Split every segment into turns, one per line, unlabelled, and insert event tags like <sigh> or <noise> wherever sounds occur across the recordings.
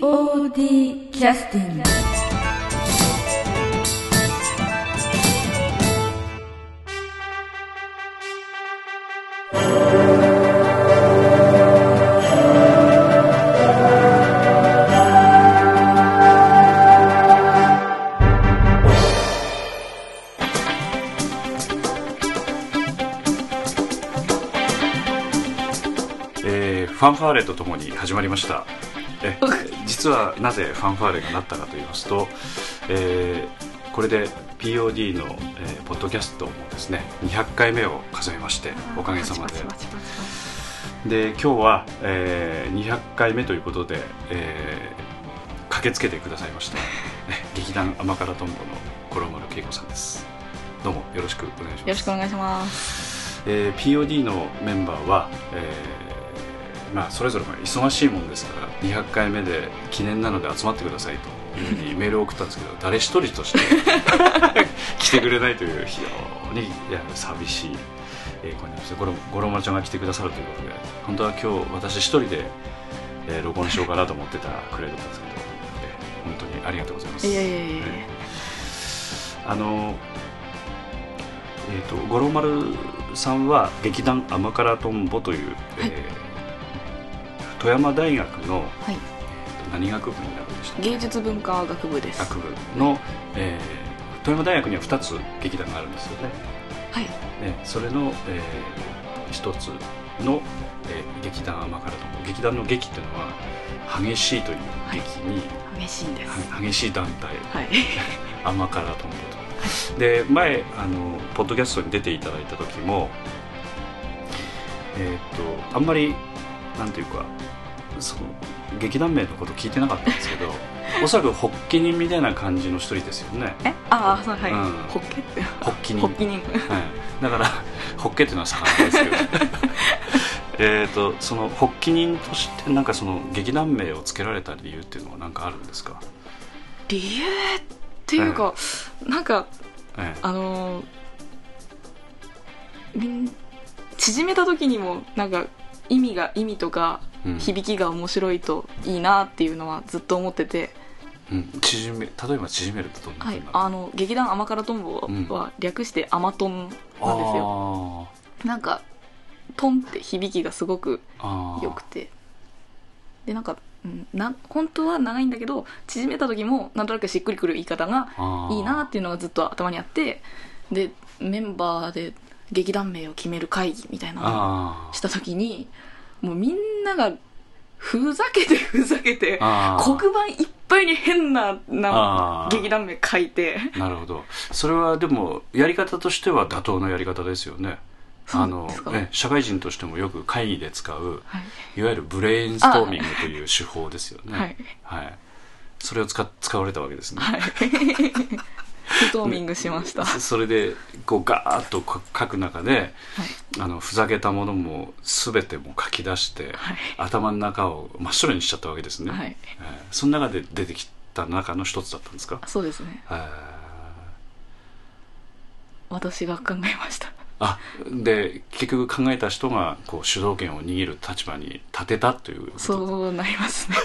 POD キャスティング
えーファンファーレとともに始まりましたえ実はなぜファンファーレがなったかと言いますと、えーこれで POD の、えーポッドキャストもですね200回目を数えましておかげさまでで今日は、えー200回目ということで、えー駆けつけてくださいましたえ劇団甘辛とんぼの五郎丸恵子さんですどうもよろしくお願いします
よろしくお願いします
えー POD のメンバーは、えーまあ、それぞれが忙しいもんですから200回目で記念なので集まってくださいというふうにメールを送ったんですけど誰一人として来てくれないという非常にいや寂しい、えー、感じでした五郎五郎丸ちゃんが来てくださるということで本当は今日私一人で、えー録音しようかなと思ってたくらいだったんですけど、えー本当にありがとうございます。
いやいやいやいや
えーあのえー、と五郎丸さんは劇団「甘辛とんぼ」という、えー富山大学の
はい
何学部になるんでしたっけ
芸術文化学部です
学部の、えー富山大学には2つ劇団があるんですよね。
はい
ねそれの、え1つの、えー劇団甘辛とんぼ劇団の劇っていうのは激しいという劇に、
激しいんです
は激しい団体
はい <laughs>
甘辛とんぼとで前あのポッドキャストに出ていただいた時もえーっとあんまりなんていうかその劇団名のこと聞いてなかったんですけどおそらく発起人みたいな感じの一人ですよね
えああそうはい
うん
ホッケって
発起人
ホッキ人
はい、だからホッケっていうのは魚なんですけどえーっとその発起人としてなんかその劇団名を付けられた理由っていうのは何かあるんですか、
理由っていうかなんか
ええ
あのーみん縮めた時にもなんか意味が意味とか
うん
響きが面白いといいなっていうのはずっと思ってて、
うん、縮め例えば縮めるとどんなふう
は
に
い
なる、
あの劇団「甘辛とんぼ」は略して「甘とん」なんですよ、なんか「とん」って響きがすごく
あー
良くてでなんか、うん、な本当は長いんだけど縮めた時もなんとなくしっくりくる言い方が
あー
いいなっていうのがずっと頭にあってでメンバーで劇団名を決める会議みたいなのを
あー
した時にもうみんながふざけてふざけて
あー
黒板いっぱいに変なな
あー
劇団名書いて
なるほどそれはでもやり方としては妥当なやり方ですよね
そうなんですか
あのね社会人としてもよく会議で使う
はい、
いわゆるブレインストーミングという手法ですよね
はい
はいそれを使っ使われたわけですね、
はい、
<laughs>
ストーミングしました、は
そそれでこうガーッとか書く中で
い、
あのふざけたものも全てもう書き出して、
はい
頭の中を真っ白にしちゃったわけですね、
はい
えーその中で出てきた中の一つだったんですか
そうですね
あ
私が考えました
あで結局考えた人がこう主導権を握る立場に立てたということ
そうなりますね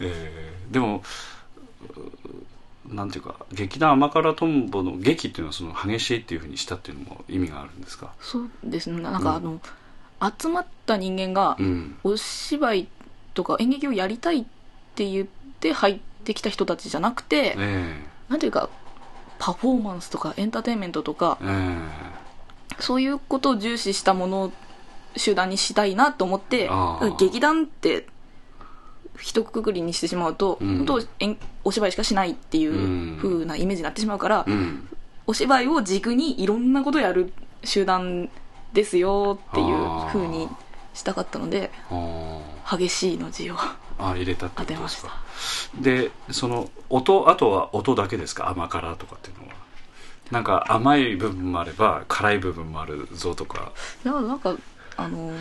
えーでもうなんていうか劇団甘辛とんぼの劇っていうのはその激しいっていうふうにしたっていうのも意味があるんですか
<laughs> そうですねなんかあの、集まった人間が
うん
お芝居とか演劇をやりたいって言って入ってきた人たちじゃなくて、
え
なんていうかパフォーマンスとかエンターテインメントとか
ええー
そういうことを重視したものを集団にしたいなと思って
あー
劇団って一括りにしてしまうと、
うん
本当演お芝居しかしないっていう
うん
風なイメージになってしまうから、
うん
お芝居を軸にいろんなことやる集団ですよっていう風にしたかったので
あー
「激しい」の字を
あ入れたって
当
こと
て
で
まし
す
た
かでその音あとは音だけですか甘辛とかっていうのはなんか甘い部分もあれば辛い部分もあるぞとか、
いやなんかあのー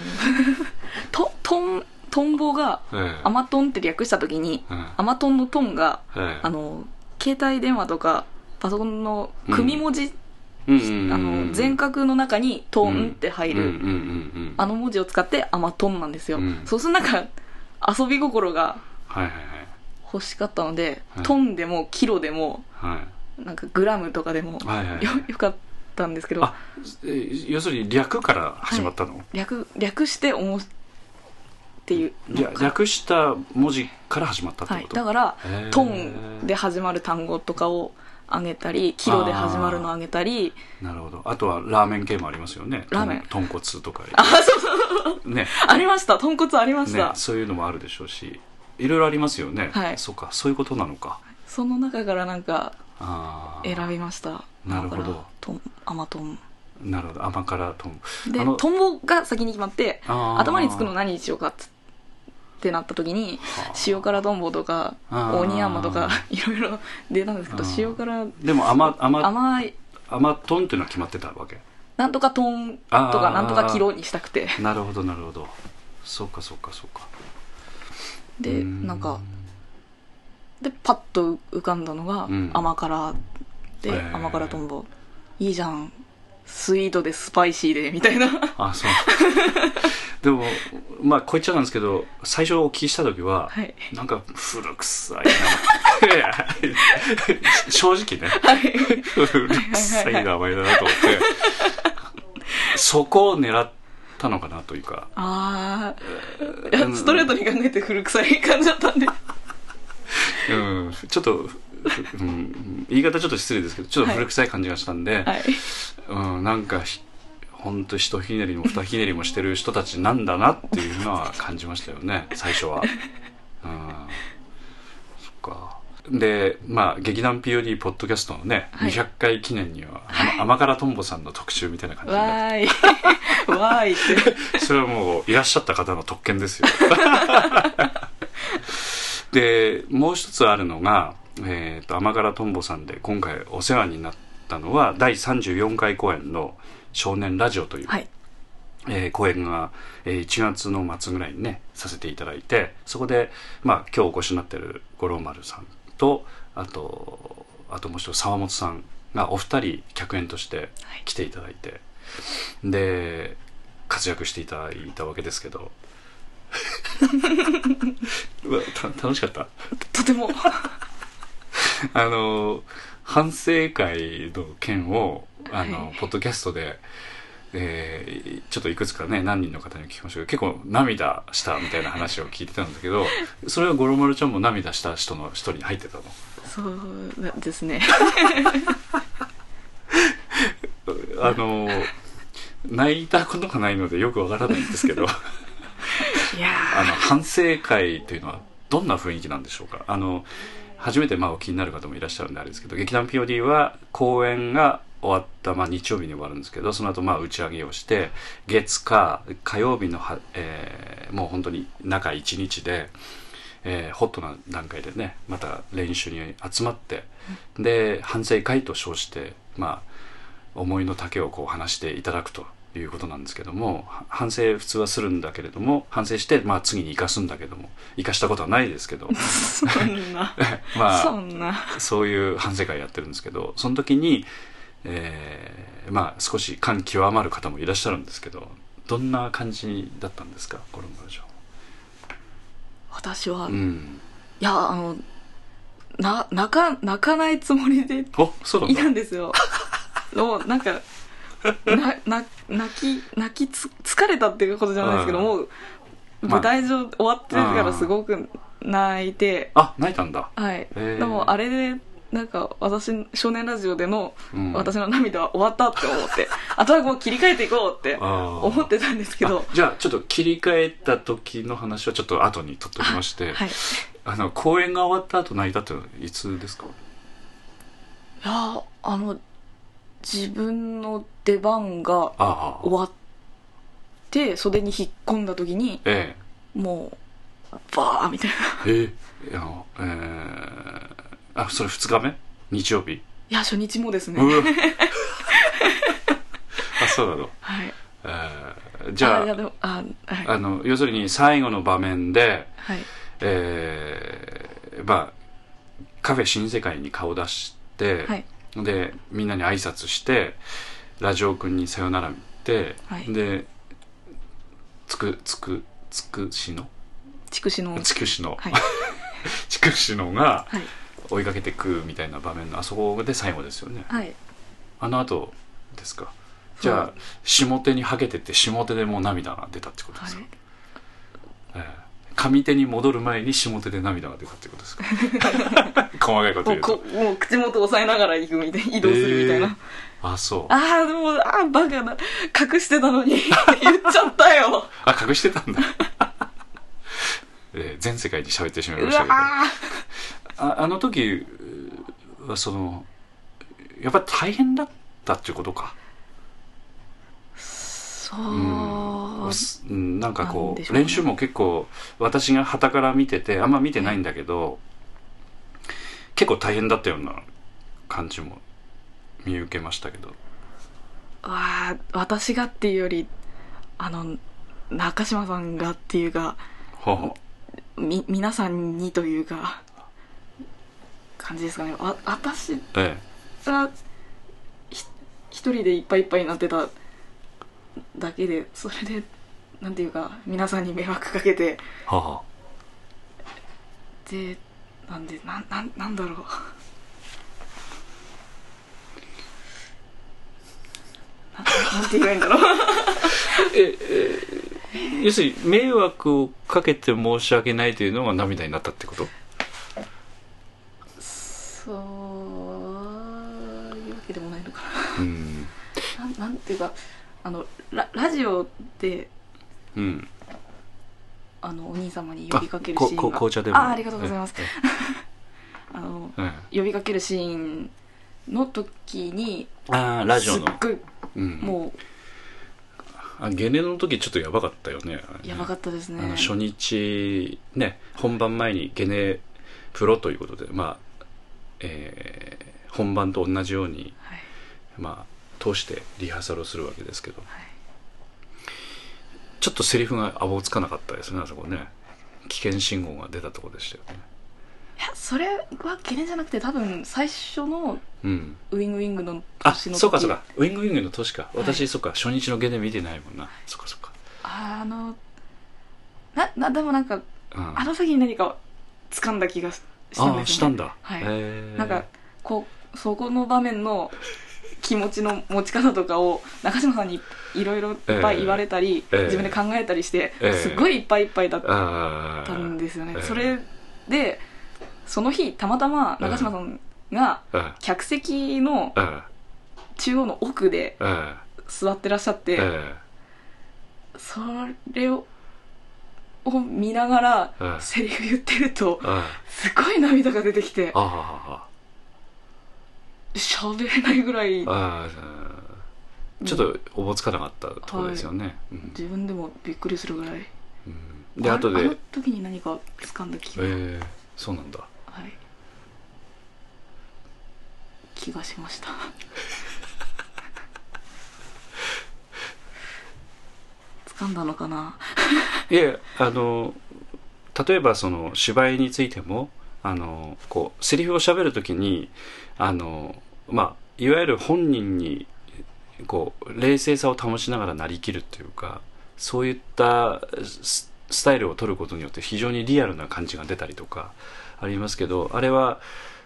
<laughs> ととんとんぼが
ええ
「アマトン」って略した時に
うん
「アマトン」の「トン」が「
ええ
あの携帯電話とかパソコンの組文字
うんうんうん
あの全角の中に「トン」って入る、
うんうんうんうん
あの文字を使って「アマトン」なんですよ、
うん
そうするとなんか遊び心が
はいはい
欲しかったので「
はい
トン」でも「キロ」でも
はい
なんかグラムとかでも
はいはいはい
よよかったんですけど
あえ要するに略から始まったの、
略略しておもっていう
いや
のか
略した文字から始まったって
はい
こ、と、
だから
へー
「トン」で始まる単語とかをあげたり「キロ」で始まるのをあげたり
なるほどあとはラーメン系もありますよね
ラーメン
豚骨とか
あそうそう
ね
ありました豚骨ありました、
ねそういうのもあるでしょうしいろいろありますよね、
はい
そうかそういうことなのか
その中からなんか
あー
選びました
なるほど
だからトンアマトン
なるほど甘辛と
で
あの
トンボが先に決まって
あー
頭につくの何にしようかっつってなった時に
はあ
塩辛トンボとか
あー
オニヤンマとか <laughs> いろいろ出たんですけど
あー
塩辛
でも甘甘
甘い
甘とんっていうのは決まってたわけ
なんとかトンと
あー
かなんとかキロにしたくて
なるほどなるほどそうかそうかそうかう
で
ーん
なんかでパッと浮かんだのが
うん
甘辛
へ
で
ー
甘辛トンボいいじゃんスイートでスパイシーでみたいな <laughs>
あそうでもまあこう言っちゃなんですけど最初お聞きした時は、
はい
なんか古臭いな <laughs> いや正直ね
はい
古臭い名前だなと思ってそこを狙ったのかなというか
ああ、いやストレートに考えて古臭い感じだったんで。
うん、ちょっと、ふうん、言い方ちょっと失礼ですけどちょっと古臭い感じがしたんで、 <laughs>
はい。
うん、なんかひほんとひとひねりもふたひねりもしてる人たちなんだなっていうのは感じましたよ
<laughs>
ね最初は。うん、そっかでまあ劇団 POD ポッドキャストのね、
はい
200回記念には、あの甘辛とんぼさんの特集みたいな感じになっ
わー
<laughs>
い。わーいっ
て
て。
<laughs> それはもういらっしゃった方の特権ですよ。 <laughs> でもう一つあるのが、えー、と甘辛とんぼさんで今回お世話になったのは第34回公演の「少年ラジオ」という
はい。
えー講演が、えー1月の末ぐらいにねさせていただいてそこで、まあ、今日お越しになってる五郎丸さんとあとあともう一人沢本さんがお二人客演として来ていただいて、で活躍していただいたわけですけどうわた楽しかった
とても。
あの反省会の件をあの、
はい
ポッドキャストで、えーちょっといくつかね何人の方に聞きましたけど結構涙したみたいな話を聞いてたんだけど
<laughs>
それは五郎丸ちゃんも涙した人の一人に入ってたの
<laughs> そうで
<laughs>
すね。
あ
<laughs>
の泣いたことがないのでよくわからないんですけどあ
いや
の反省会というのはどんな雰囲気なんでしょうかあの初めてまあお気になる方もいらっしゃるんであれですけど劇団 POD は公演が終わった、まあ、日曜日に終わるんですけどその後まあ打ち上げをして月火火曜日のは、えーもう本当に中1日で、えーホットな段階でねまた練習に集まってで反省会と称して、まあ、思いの丈をこう話していただくと。いうことなんですけどもは反省普通はするんだけれども反省して、まあ、次に生かすんだけども生かしたことはないですけ
<laughs>
ど
ーそんな。
まあ
そんな。
そういう反省会やってるんですけど、その時に、えーまあ少し感極まる方もいらっしゃるんですけど、どんな感じだったんですか、コロンバルジョ
私は、
う
い
ん。
や、あの、な、泣か、泣かないつもりで
お、そうなん
い
だ。
たんで
<laughs>
すよ。もう、なんか、な、な、泣き、泣きつ、疲れたっていうことじゃないですけど、
うん
もう、
まあ
舞台上終わってからすごく泣いて、
あ、泣いたんだ。
はい、
へー
でもあれでなんか私少年ラジオでの
うん
私の涙は終わったって思って、あとはもう切り替えていこうって
あー
思ってたんですけど
あじゃあちょっと切り替えた時の話はちょっと後に取っておきまして、
はいい
あの公演が終わった後泣いたってのはいつですか
やーあの自分の出番が
あ
終
あ
わって袖に引っ込んだ時に
え
もうバーみたいな
えええあのえーあそれ2日目日曜日、
いや初日もですね、
うわ <laughs> あそうなの
はい
えーじゃ
あいや
あ
でもあはい
あの要するに最後の場面で、
はい
えーまあ、カフェ新世界に顔出して、
はい
でみんなに挨拶してラジオくんにさよなら言って、
はい
でつくつくつくしの
筑紫の
つくしの、
はい
つくしのが
はい
追いかけてくみたいな場面のあそこで最後ですよね <laughs>
はい
あの後ですかじゃあ下手にはげてって下手でもう涙が出たってことで
はい
すか、ええ上手に戻る前に下手で涙が出たってことです
<laughs>
か細かいこと言
もう
うと
こもう口元押さえながら行くみたい移動するみたいな、
えーあそうあ
ああでもああバカな隠してたのに <laughs> 言っちゃったよ
隠してたんだえー全世界に喋ってしまいうまし
わ
たけど
ー
ああの時うはそのやっぱ大変だったっていうことか
そううん
すうんなんか
なん
こ
でし
う
ょうね
練習も結構私が傍から見ててあんま見てないんだけど結構大変だったような感じも見受けましたけど
わあ私がっていうよりあの中島さんがっていうか
ほうほう
み皆さんにというか感じですかねわ私
え
がひ一人でいっぱいいっぱいになってただけでそれでなんていうか皆さんに迷惑かけて
えはは
でなんでなんなんなんだろうななんて言えばいいんだろう
要するに迷惑をかけて申し訳ないというのが涙になったってこと
そういうわけでもないのか
うん
な <laughs> なんなんていうかあのララジオで
うん
あのお兄様に呼びかける
あ
シーンが
ここ紅茶でも
あありがとうございます
え
あの
ええ
呼びかけるシーンの時に
えああラジオの
すっごい
うん
も
あゲネの時ちょっとやばかったよねあれ
う
ね
やばかったです
あ
ね
の初日ね本番前にゲネプロということでまあえー本番と同じように
はい
まあ通してリハーサルをするわけですけど
はい
ちょっとセリフがあぼつかなかったですねあそこね危険信号が出たところでしたよね
いやそれは懸念じゃなくて多分最初の
うん
ウイングウイングの
あ
年の時
そうかそうかウィングウィングの年か私、
はい
そうか初日のゲネ見てないもんなそうかそうか
あのななでもなんか
うん
あの時に何か掴んだ気がししたん
あ
で
ーし
す
た
よ
ん
ね
だ、
はい
へー
なんかこうそこの場面の気持ちの持ち方とかを中島さんにいろいろいっぱい言われたり、
ええええ
自分で考えたりして、
ええ
すごいいっぱいいっぱいだっ
あ
たんですよね、
ええ
それでその日たまたま中島さんが
ああ
客席の
あ
中央の奥で
あ
座ってらっしゃって、
え
それをを見ながら
ええ
セリフ言ってると
あ
すごい涙が出てきて
ああ
喋れないぐらい
あああちょっとおぼつかなかったところですよね、うん
自分でもびっくりするぐらい
うんで
あ
後
あの
で
時に何か掴んだ気
え
が、
ー、そうなんだ
はい、気がしました <laughs> 掴んだのかない
やあの例えばその芝居についてもあのこうセリフを喋るときにあのまあいわゆる本人にこう冷静さを保ちながらなりきるというかそういったススタイルを取ることによって非常にリアルな感じが出たりとかありますけどあれは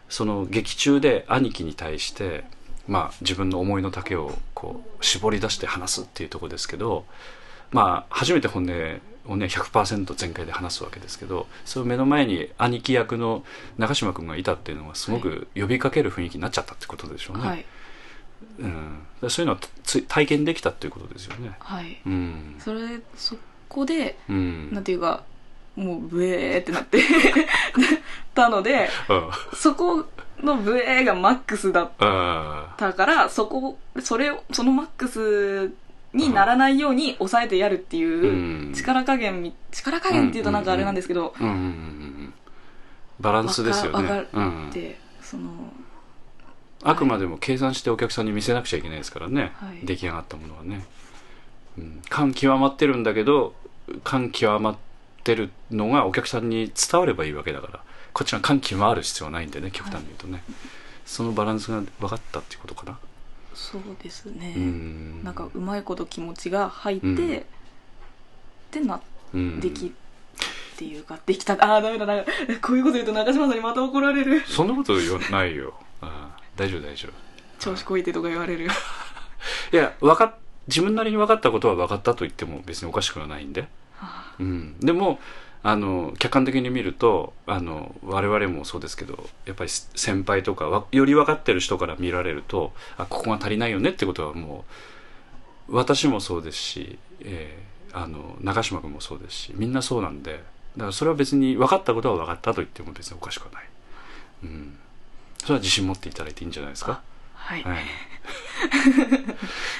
その劇中で兄貴に対して、まあ、自分の思いの丈をこう絞り出して話すっていうところですけど、まあ、初めて本音をね100%全開で話すわけですけどその目の前に兄貴役の中島君がいたっていうのはすごく呼びかける雰囲気になっちゃったってことでしょうね、
はい
うん、だからそういうのはつ体験できたっていうことですよね。
はい
うん
それそこで
うん
なんていうかもうブエーってなって <laughs> たので
うん
そこのブエーがマックスだっ
あ
たからそこそれをそのマックスにならないように抑えてやるって
ーう
いうん力加減み力加減っていうとなんかあれなんですけど、
うんうんうんうんバランスですよ
わかわ
ね
か、
うん、
でその
あくまでも計算してお客さんに見せなくちゃいけないですからね、
はい
出来上がったものはね、うん、感極まってるんだけど感極まってるのがお客さんに伝わればいいわけだからこっちが感極まる必要はないんでね極端に言うとね、そのバランスが分かったっていうことかな
そうですね、
うん
なんかうまいこと気持ちが入って、
うん
ってな
うん
できっていうかできたああダメだ <laughs> なんかこういうこと言うと中島さんにまた怒られる
そんなこと言わないよああ大丈夫大丈夫
調子こいてとか言われる
いや分かっ自分なりに分かったことは分かったと言っても別におかしくはないんで、
はあ
うん、でもあの客観的に見るとあの我々もそうですけどやっぱりせ先輩とかわより分かってる人から見られるとあここが足りないよねってことはもう私もそうですし、えーあの中島君もそうですしみんなそうなんでだからそれは別に分かったことは分かったと言っても別におかしくはない、うん、それは自信持っていただいていいんじゃないですか
はい、
はい、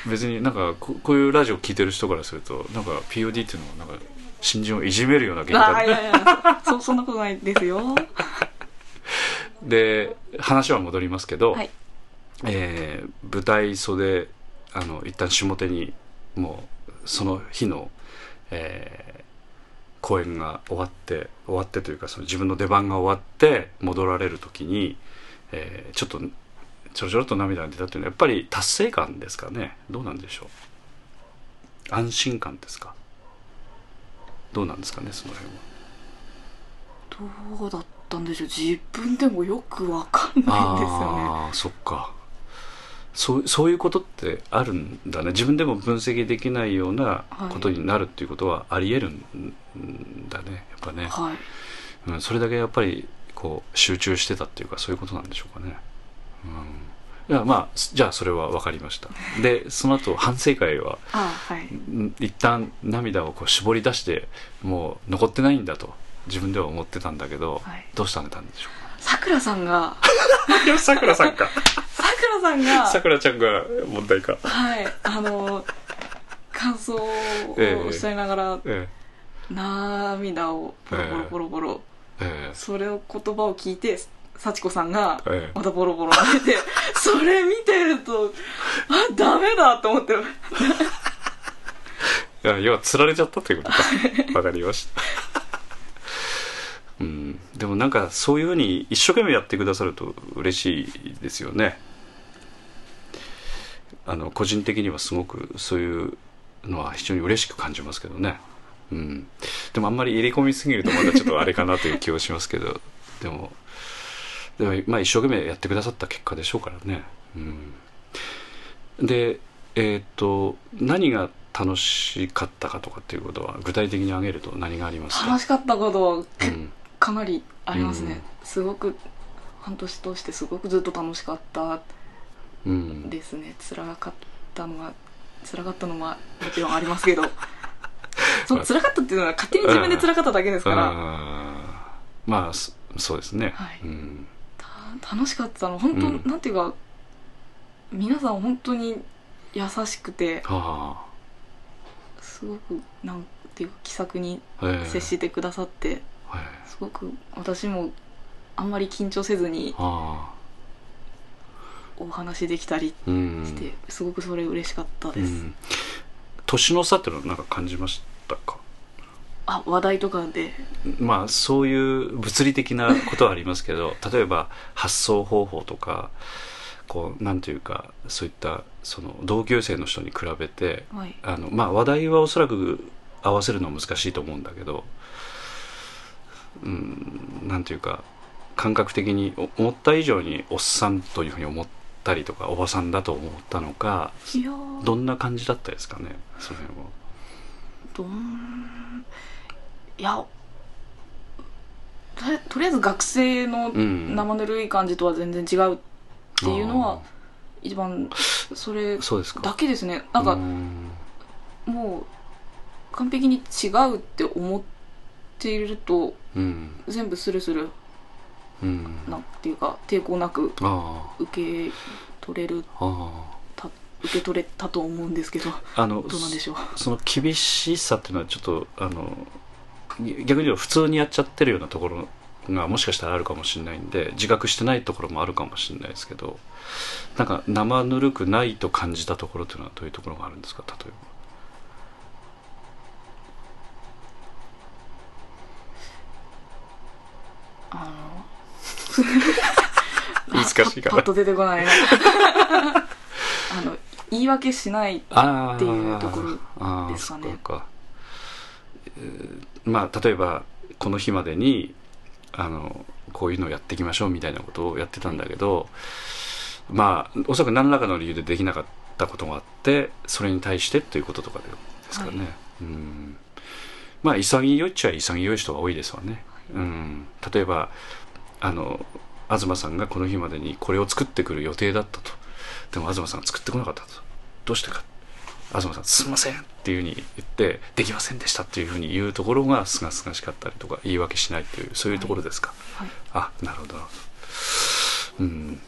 別になんかここういうラジオ聞いてる人からするとなんか POD っていうのはなんか新人をいじめるような言
あ
だ
あいやいやそそんなことないですよ
で話は戻りますけど、
はい
えー舞台袖あの一旦下手にもうその日の、えー公演が終わって終わってというかその自分の出番が終わって戻られる時に、えーちょっとちょろちょろっと涙が出たというのはやっぱり達成感ですかねどうなんでしょう安心感ですかどうなんですかねその辺は。
どうだったんでしょう自分でもよくわかんないんですよね
ああそっかそうそういうことってあるんだね自分でも分析できないようなことになるっていうことはありえるんだねやっぱね、
はい
うん、それだけやっぱりこう集中してたっていうかそういうことなんでしょうかね、うん、いやまあすじゃあそれは分かりましたでその後反省会は
ああはい
ん一旦涙をこう絞り出してもう残ってないんだと自分では思ってたんだけど、
はい
どうしたんだんでしょ
<laughs> さくらさんが <laughs>
うかさくらさんか
さくらさん
<laughs>
が
さくらちゃんが問題か。
はいあの感想をおっしゃいながら、
え
涙をポロポロポロポロ、
え。え
それを言葉を聞いて幸子さんが
ええ
またボロボロ泣い
<laughs>
てそれ見てるとあダメだと思って
え。いや、要は釣られちゃったということか。わかりました。うん、でもなんかそういうふうに一生懸命やってくださると嬉しいですよねあの個人的にはすごくそういうのは非常に嬉しく感じますけどね、うん、でもあんまり入れ込みすぎるとまだちょっとあれかなという気はしますけど <laughs> でもでもまあ一生懸命やってくださった結果でしょうからね、うん、でえっと何が楽しかったかとかっていうことは具体的に挙げると何がありますか
楽しかったこと
う
け
ん
かなりありますね、
うん
すごく半年通してすごくずっと楽しかった
うん、
ですね辛かったのは辛かったのはもちろんありま
<laughs>
すけどその辛かったっていうのは勝手に自分で辛かっただけですから、
あーまあそそうですね、
はい
うん、
た楽しかったの本当、
うん
なんていうか皆さん本当に優しくて
あ
すごくなんていうか気さくに
あ、ええ
接してくださって、
はい
すごく私もあんまり緊張せずに
ああ
お話できたり
うん
して、すごくそれ嬉しかった
う
です、
ん、年の差っていうのはなんか感じましたか
あ話題とかで
まあそういう物理的なことはありますけど <laughs> 例えば発想方法とかこうなんていうかそういったその同級生の人に比べて
はい
あのまあ話題はおそらく合わせるのは難しいと思うんだけどうんなんていうか感覚的にお思った以上におっさんというふうに思ったりとかおばさんだと思ったのか
いやー
どんな感じだったですかねその辺は。
どんいやととりあえず学生の
うん
生ぬるい感じとは全然違うっていうの
あ
は一番それ
ーそうですか
だけですねなん
う
か
ん
もう完璧に違うって思っていると
うん
全部スルスル
うん
なんていうか抵抗なく
あ
受け取れる
ああ
た受け取れたと思うんですけど
ああの
どうなんでしょう
その厳しさっていうのはちょっとあのぎ逆に言うと普通にやっちゃってるようなところがもしかしたらあるかもしれないんで自覚してないところもあるかもしれないですけどなんか生ぬるくないと感じたところというのはどういうところがあるんですか例え
あ
ば難しいか
パッ
ら
と出て
<laughs>
こないなあの言い訳
<laughs>
しない
あー
っていうところですかね
あーそっかえーまあ例えばこの日までにあのこういうのをやっていきましょうみたいなことをやってたんだけど、まあおそらく何らかの理由でできなかったことがあってそれに対してということとかですかね、
は
うんまあ潔いっちゃ潔い人が多いですわね、うん、例えばあの東さんがこの日までにこれを作ってくる予定だったとでも東さんが作ってこなかったとどうしてか東さん「すいません」っていうふうに言って「できませんでした」っていうふうに言うところがすがすがしかったりとか言い訳しないっていうそういうところですか、
はい
あなるほどなるほどうん、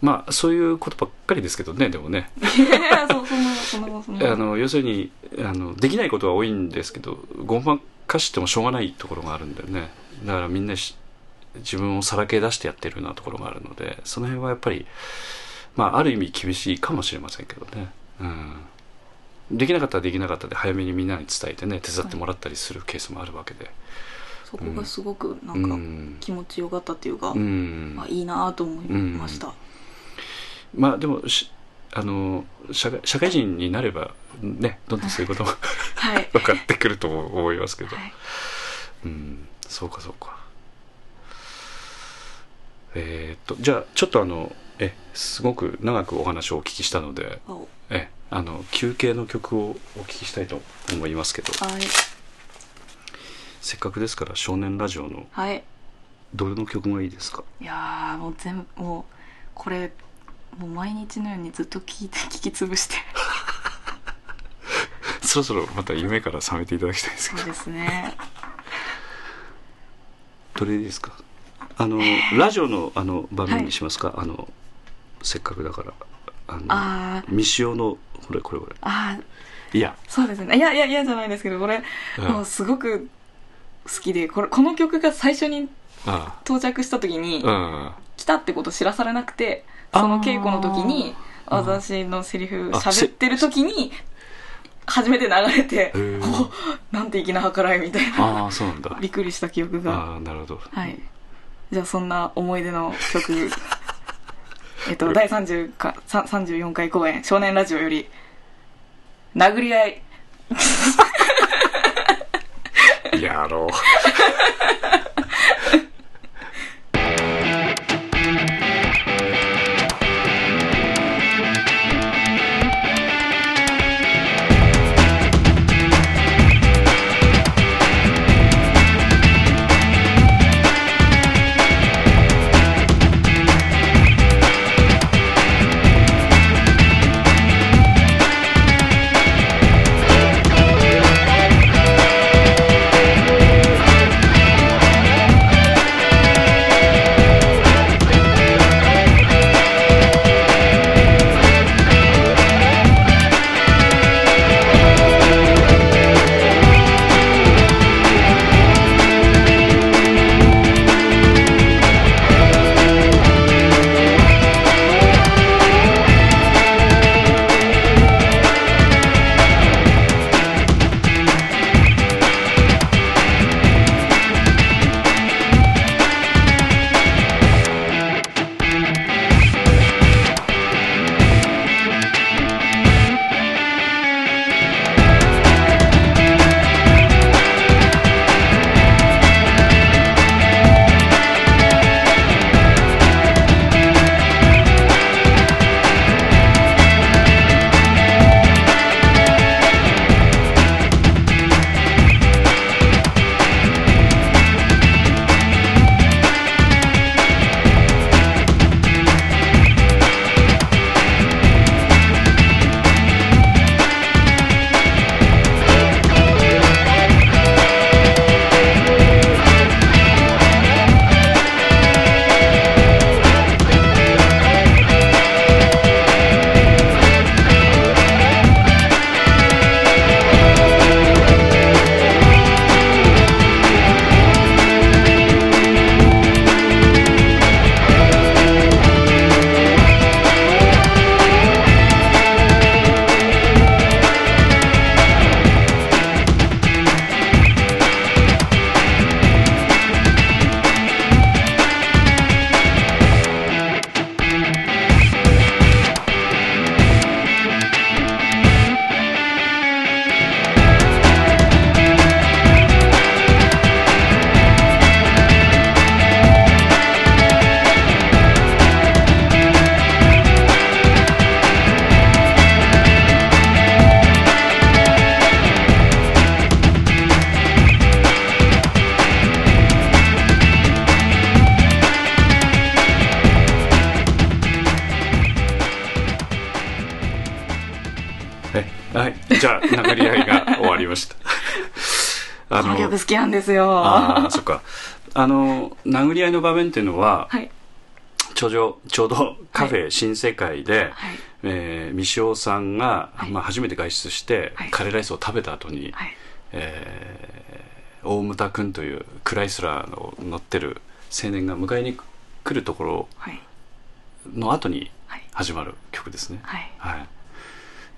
まあそういうことばっかりですけどねでもね、
いやそそんなそんなそんな
あの要するにあのできないことは多いんですけどごまかしてもしょうがないところがあるんだよねだからみんなし自分をさらけ出してやってるようなところがあるのでその辺はやっぱりまあある意味厳しいかもしれませんけどねうんできなかったらできなかったで早めにみんなに伝えてね手伝ってもらったりするケースもあるわけで、
そこがすごくな
うん
か
ん
気持ちよかったっていうか、
うん
まあ、いいなぁと思いました、
まあでもしあの社会社会人になればねどんどんそういうことも <laughs>
はいはい
分かってくると思いますけどうんそうかそうかえーっとじゃあちょっとあのえすごく長くお話をお聞きしたので
あお
えあの休憩の曲をお聞きしたいと思いますけど
はい
せっかくですから少年ラジオの
はい
どれの曲がいいですか
いやーもう全部もうこれもう毎日のようにずっと聞いて聞き潰して
<laughs> そろそろまた夢から覚めていただきたいんですけ
そうですね
どどれですかあのラジオのあの場面にしますか、あのせっかくだからあの
あー
未使用のこれこれこれ
あー
いや
そうですねいやいやいやじゃないですけどこれ、
うん
もうすごく好きでこれこの曲が最初に
あ
到着した時に、
あ
来たってこと知らされなくて
あー
その稽古の時に
あー
私のセリフ
あせ
喋ってる時に初めて流れて
ー
「おなんて粋な計らい」みたい
うん
な
ああそうなんだ
びっくりした記憶が
ああなるほど
はいじゃあそんな思い出の
<laughs>
曲えっと第30かさ34回公演「少年ラジオ」より「殴り合い
やろう。
「
ま
<laughs>
した
この曲好きなんですよ。
あ
は
あそっかあの殴り合いの場面っていうのは、
い。
ちょうどちょうどカフェ新世界で、
はい。
えー、三塩さんが、
はい
まあ、初めて外出して、
はい
カレーライスを食べた後に、
はい。
えー大牟田君というクライスラーの乗ってる青年が迎えに来るところ
はい。
の後に
はい。
始まる曲ですね
はい。
はい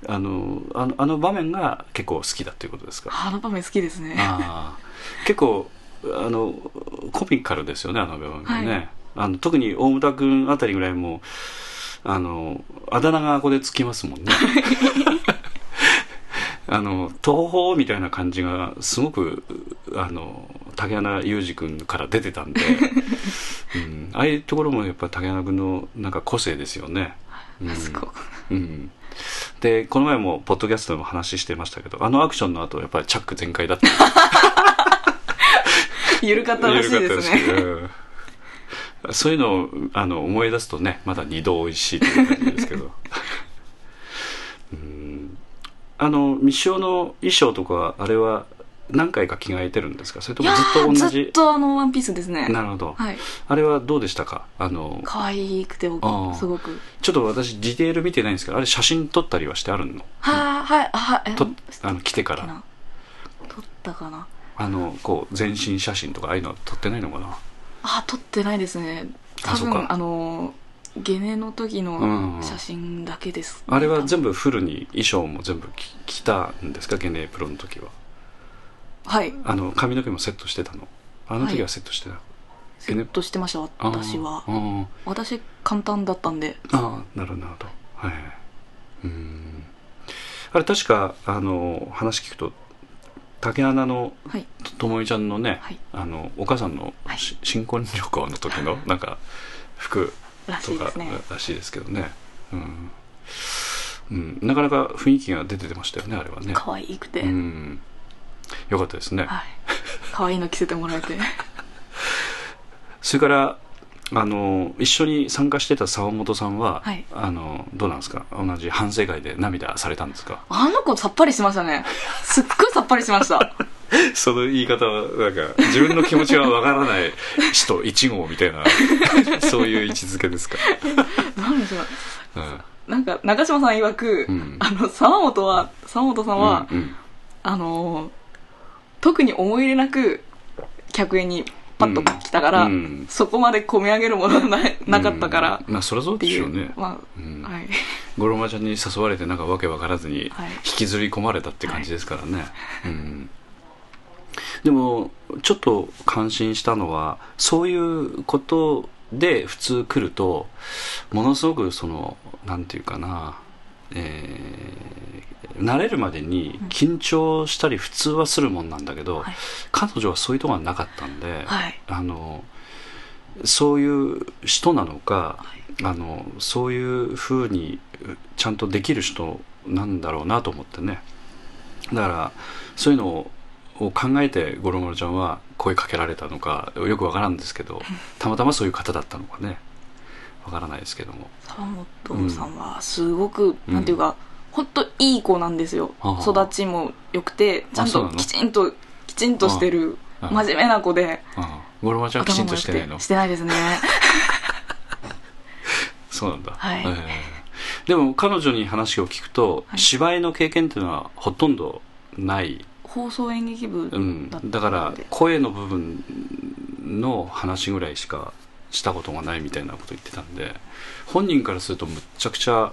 あのあのあの場面が結構好きだということですか
あの場面好きですね。
あー結構あのコミカルですよねあの場面がね、
はい
あの特に大牟田君あたりぐらいもあのあだ名がここでつきますもんね <laughs> あの東宝みたいな感じがすごくあの竹穴裕二君から出てたん
<laughs>
で、うん、ああいうところもやっぱ竹穴君のなんか個性ですよね、うん
あそこ。 <laughs>
うん、でこの前もポッドキャストでも話してましたけどあのアクションの後やっぱりチャック全開だった
ゆるかったらしいです
緩かったで
ね。
すけどうんそういうのをあの思い出すとねまだ二度おいしいという感じですけどうんあの未使用の衣装とかあれは何回か着替えてるんですかそれと
い
も
や
ずっと
ー
同
ずっ
じ
とあのワンピースですね。
なるほど、
はい。
あれはどうでしたかあの
可愛くてお
あー
すごく。
ちょっと私ディテール見てないんですけどあれ写真撮ったりはしてあるの
はあ、はい、あはい、え
とあの来てか
撮ったからな撮ったかな
あのこう全身写真とかああいうのは撮ってないのかな
あ撮ってないですね
あ
多
そうか
分あのゲネの時
うん
の写真だけです、
あれは全部フルに衣装も全部着着たんですかゲネプロの時は
はい
あの髪の毛もセットしてたのあの時はセットしてた、
セットしてました
あー
私は
あー
私簡単だったんで
あーなるほどなるほどはいうんあれ確かあの話聞くと竹穴の
はい
とともみちゃんのね、
はい
あのお母さんの
はい
し新婚旅行の時
<laughs>
のなんか服
らし
と
いで
か
すね
らしいですけどねうん、うん、なかなか雰囲気が出ててましたよねあれはね
可愛くて、
うんよかったですね、
はい可愛いの着せてもらえて
それからあの一緒に参加してた沢本さんは、
はい
あのどうなんですか同じ反省会で涙されたんですか
あの子さっぱりしましたねすっごいさっぱりしました
<laughs> その言い方はなんか自分の気持ちはわからない人1号みたい <laughs> なそういう位置づけですか、
なんでしょう
うん
なんか中島さん曰く、
うん
あの沢本は沢本さんは、
うんうん
あのー特に思い入れなく客演にパッと来たから、
うん
そこまで込み上げるものがななかったから
うんまあそりゃそう
って
で
い
し
う、
ょうね、
まあ、
うん
はい、
五郎丸ちゃんに誘われてなんかわけわからずに引
はい
きずり込まれたって感じですからね、うん、でもちょっと感心したのはそういうことで普通来るとものすごくそのなんていうかな、えー慣れるまでに緊張したり普通はするもんなんだけど、
はい
彼女はそういうとこがなかったんで、
はい
あのそういう人なのか、
はい
あのそういうふうにうちゃんとできる人なんだろうなと思ってねだからそういうのをを考えて五郎丸ちゃんは声かけられたのかよくわからんですけ
<laughs>
どたまたまそういう方だったのかねわからないですけども
沢本さんはすごく、
うん
なんていうか本当いい子なんですよ、
ああ
育ちも良くてちゃん
そう
と
なの
きちんときちんとしてる
ああ
真面目な子で
ああ五郎丸ちゃんはきちんとしてないの
してないですね <laughs>
そうなんだ、
はい
ええでも彼女に話を聞くと、
はい
芝居の経験っていうのはほとんどない
放送演劇部だ
う
った
ん
んで、、
だから声の部分の話ぐらいしかしたことがないみたいなこと言ってたんで本人からするとむっちゃくちゃ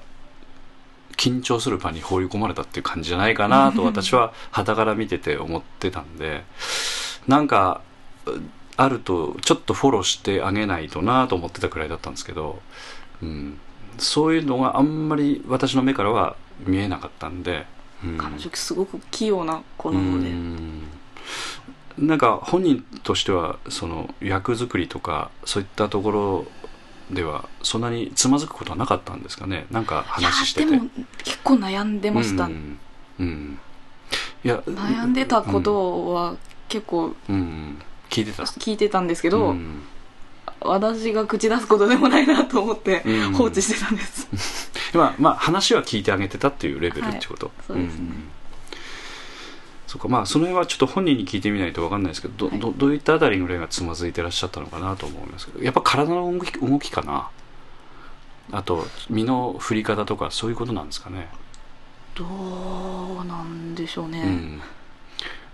緊張する場に放り込まれたっていう感じじゃないかなと私は傍から見てて思ってたんで <laughs> なんかうあるとちょっとフォローしてあげないとなと思ってたくらいだったんですけど、うん、そういうのがあんまり私の目からは見えなかったんで。うん
彼女すごく器用な子なので、
うんなんか本人としてはその役作りとかそういったところではそんなにつまずくことはなかったんですかねなんか
いや
話してて
でも結構悩んでました、
うんうんいや
悩んでたことは結構
うん、うん聞いてた
聞いてたんですけど、
うん
私が口出すことでもないなと思って
うん
放置してたんです、
まあまあ話は聞いてあげてたっていうレベルってこと、
はいそうですね
んそうかまあその辺はちょっと本人に聞いてみないと分かんないですけどど,、
はい
どどういったあたりぐらいがつまずいてらっしゃったのかなと思いますけどやっぱ体の動き動きかなあと身の振り方とかそういうことなんですかね、
どうなんでしょうね、
うん、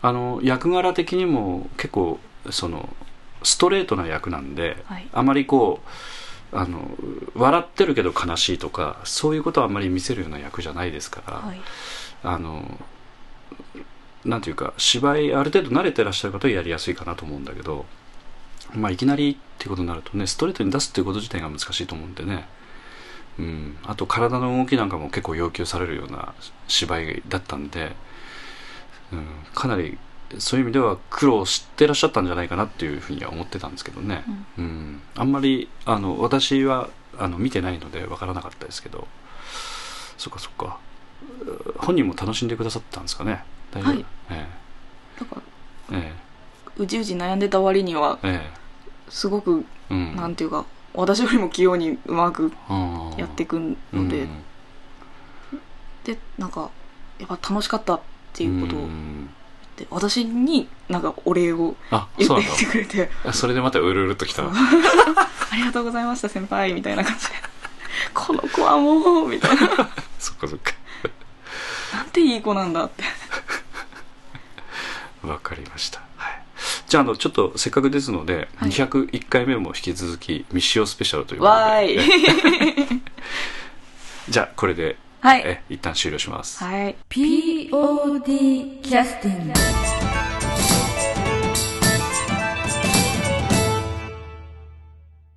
あの役柄的にも結構そのストレートな役なんで、
はい
あまりこうあの笑ってるけど悲しいとかそういうことはあんまり見せるような役じゃないですから、
はい
あのなんていうか芝居ある程度慣れてらっしゃる方はやりやすいかなと思うんだけど、まあ、いきなりっていうことになるとねストレートに出すっていうこと自体が難しいと思うんでね、うん、あと体の動きなんかも結構要求されるような芝居だったんで、うん、かなりそういう意味では苦労してらっしゃったんじゃないかなっていうふうには思ってたんですけどね、うんあんまりあの私はあの見てないのでわからなかったですけどそっかそっか本人も楽しんでくださったんですかね大丈夫、
はい
え
なんか
ええ
うじうじ悩んでた割には
ええ
すごく
えうん
なんていうか私よりも器用にうまく
うん
やっていくので、でなんかやっぱ楽しかったっていうことを言
ん
って、私になんかお礼を
あ
言
そう
っ
なん
てくれて <laughs>
だあそれでまたうるうるっときた <laughs>
そう「ありがとうございました先輩」みたいな感じで <laughs> 「この子はもう」みたいな <laughs>
そっかそっか
「なんていい子なんだ」って
わかりました、はい、じゃああのちょっとせっかくですので、
はい
201回目も引き続き未使用スペシャルということで
わー
え <laughs>
い
じゃあこれで、
はい
え一旦終了します、
はい
POD キャスティング